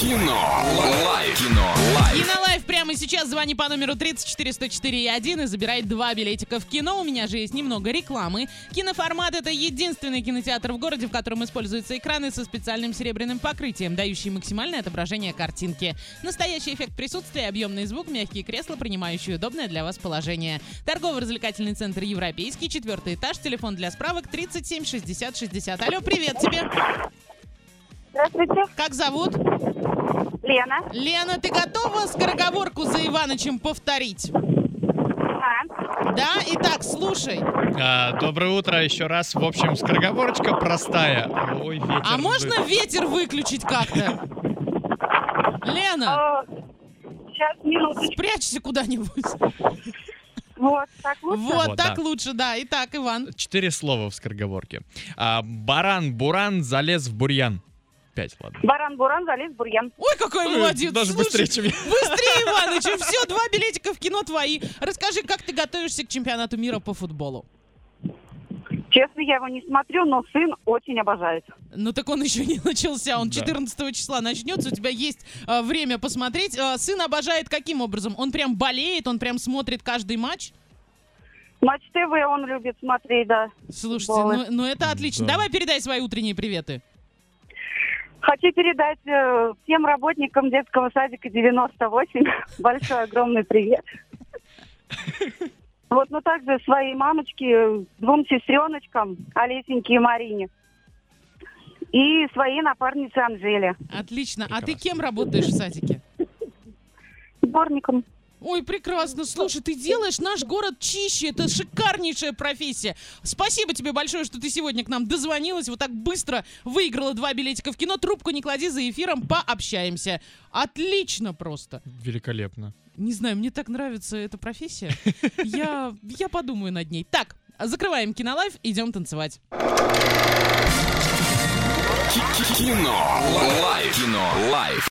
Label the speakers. Speaker 1: Кино. Лайф. Кино.
Speaker 2: И
Speaker 1: Лайф.
Speaker 2: на лайв прямо сейчас звони по номеру 34104 и забирай два билетика в кино. У меня же есть немного рекламы. Киноформат — это единственный кинотеатр в городе, в котором используются экраны со специальным серебряным покрытием, дающие максимальное отображение картинки. Настоящий эффект присутствия, объемный звук, мягкие кресла, принимающие удобное для вас положение. Торгово-развлекательный центр «Европейский», четвертый этаж, телефон для справок 37 60 60. Алло, привет тебе!
Speaker 3: Здравствуйте,
Speaker 2: Как зовут?
Speaker 3: Лена.
Speaker 2: Лена, ты готова скороговорку за Иванычем повторить?
Speaker 3: Да.
Speaker 2: Да, итак, слушай.
Speaker 4: А, доброе утро еще раз. В общем, скороговорочка простая. Ой, ветер.
Speaker 2: А можно ветер выключить как-то? Лена,
Speaker 3: Сейчас, минуточку.
Speaker 2: прячься куда-нибудь.
Speaker 3: Вот, так лучше?
Speaker 2: Вот,
Speaker 4: Вот,
Speaker 2: так
Speaker 4: да.
Speaker 2: лучше, да. Итак, Иван.
Speaker 4: Четыре слова в скороговорке. А, баран, буран, залез в бурьян. Пять, ладно.
Speaker 3: Баран-буран залез в бурьян.
Speaker 2: Ой, какой
Speaker 4: Ой,
Speaker 2: молодец.
Speaker 4: даже
Speaker 2: слушай.
Speaker 4: быстрее, чем я.
Speaker 2: Быстрее, Иваныч. Все, два билетика в кино твои. Расскажи, как ты готовишься к чемпионату мира по футболу?
Speaker 3: Честно, я его не смотрю, но сын очень обожает.
Speaker 2: Ну так он еще не начался, он
Speaker 4: Да.
Speaker 2: 14 числа начнется, у тебя есть э, время посмотреть. Э, сын обожает каким образом? Он прям болеет, он прям смотрит каждый матч?
Speaker 3: Матч ТВ он любит смотреть, да.
Speaker 2: Слушайте,
Speaker 3: Баллы.
Speaker 2: ну, ну это отлично.
Speaker 4: Да.
Speaker 2: Давай передай свои утренние приветы.
Speaker 3: Хочу передать э, всем работникам детского садика 98 большой огромный привет. Вот, ну также своей мамочке, э, двум сестреночкам, Олесеньке и Марине. И своей напарнице Анжеле.
Speaker 2: Отлично. А ты
Speaker 4: Прекрасно.
Speaker 2: кем работаешь в садике?
Speaker 3: Сборником.
Speaker 2: Ой, прекрасно. Слушай, ты делаешь наш город чище. Это шикарнейшая профессия. Спасибо тебе большое, что ты сегодня к нам дозвонилась. Вот так быстро выиграла два билетика в кино. Трубку не клади за эфиром, пообщаемся. Отлично просто.
Speaker 4: Великолепно.
Speaker 2: Не знаю, мне так нравится эта профессия. Я, я подумаю над ней. Так, закрываем кинолайф, идем танцевать.
Speaker 1: Кино. Лайф. Кино. Лайф.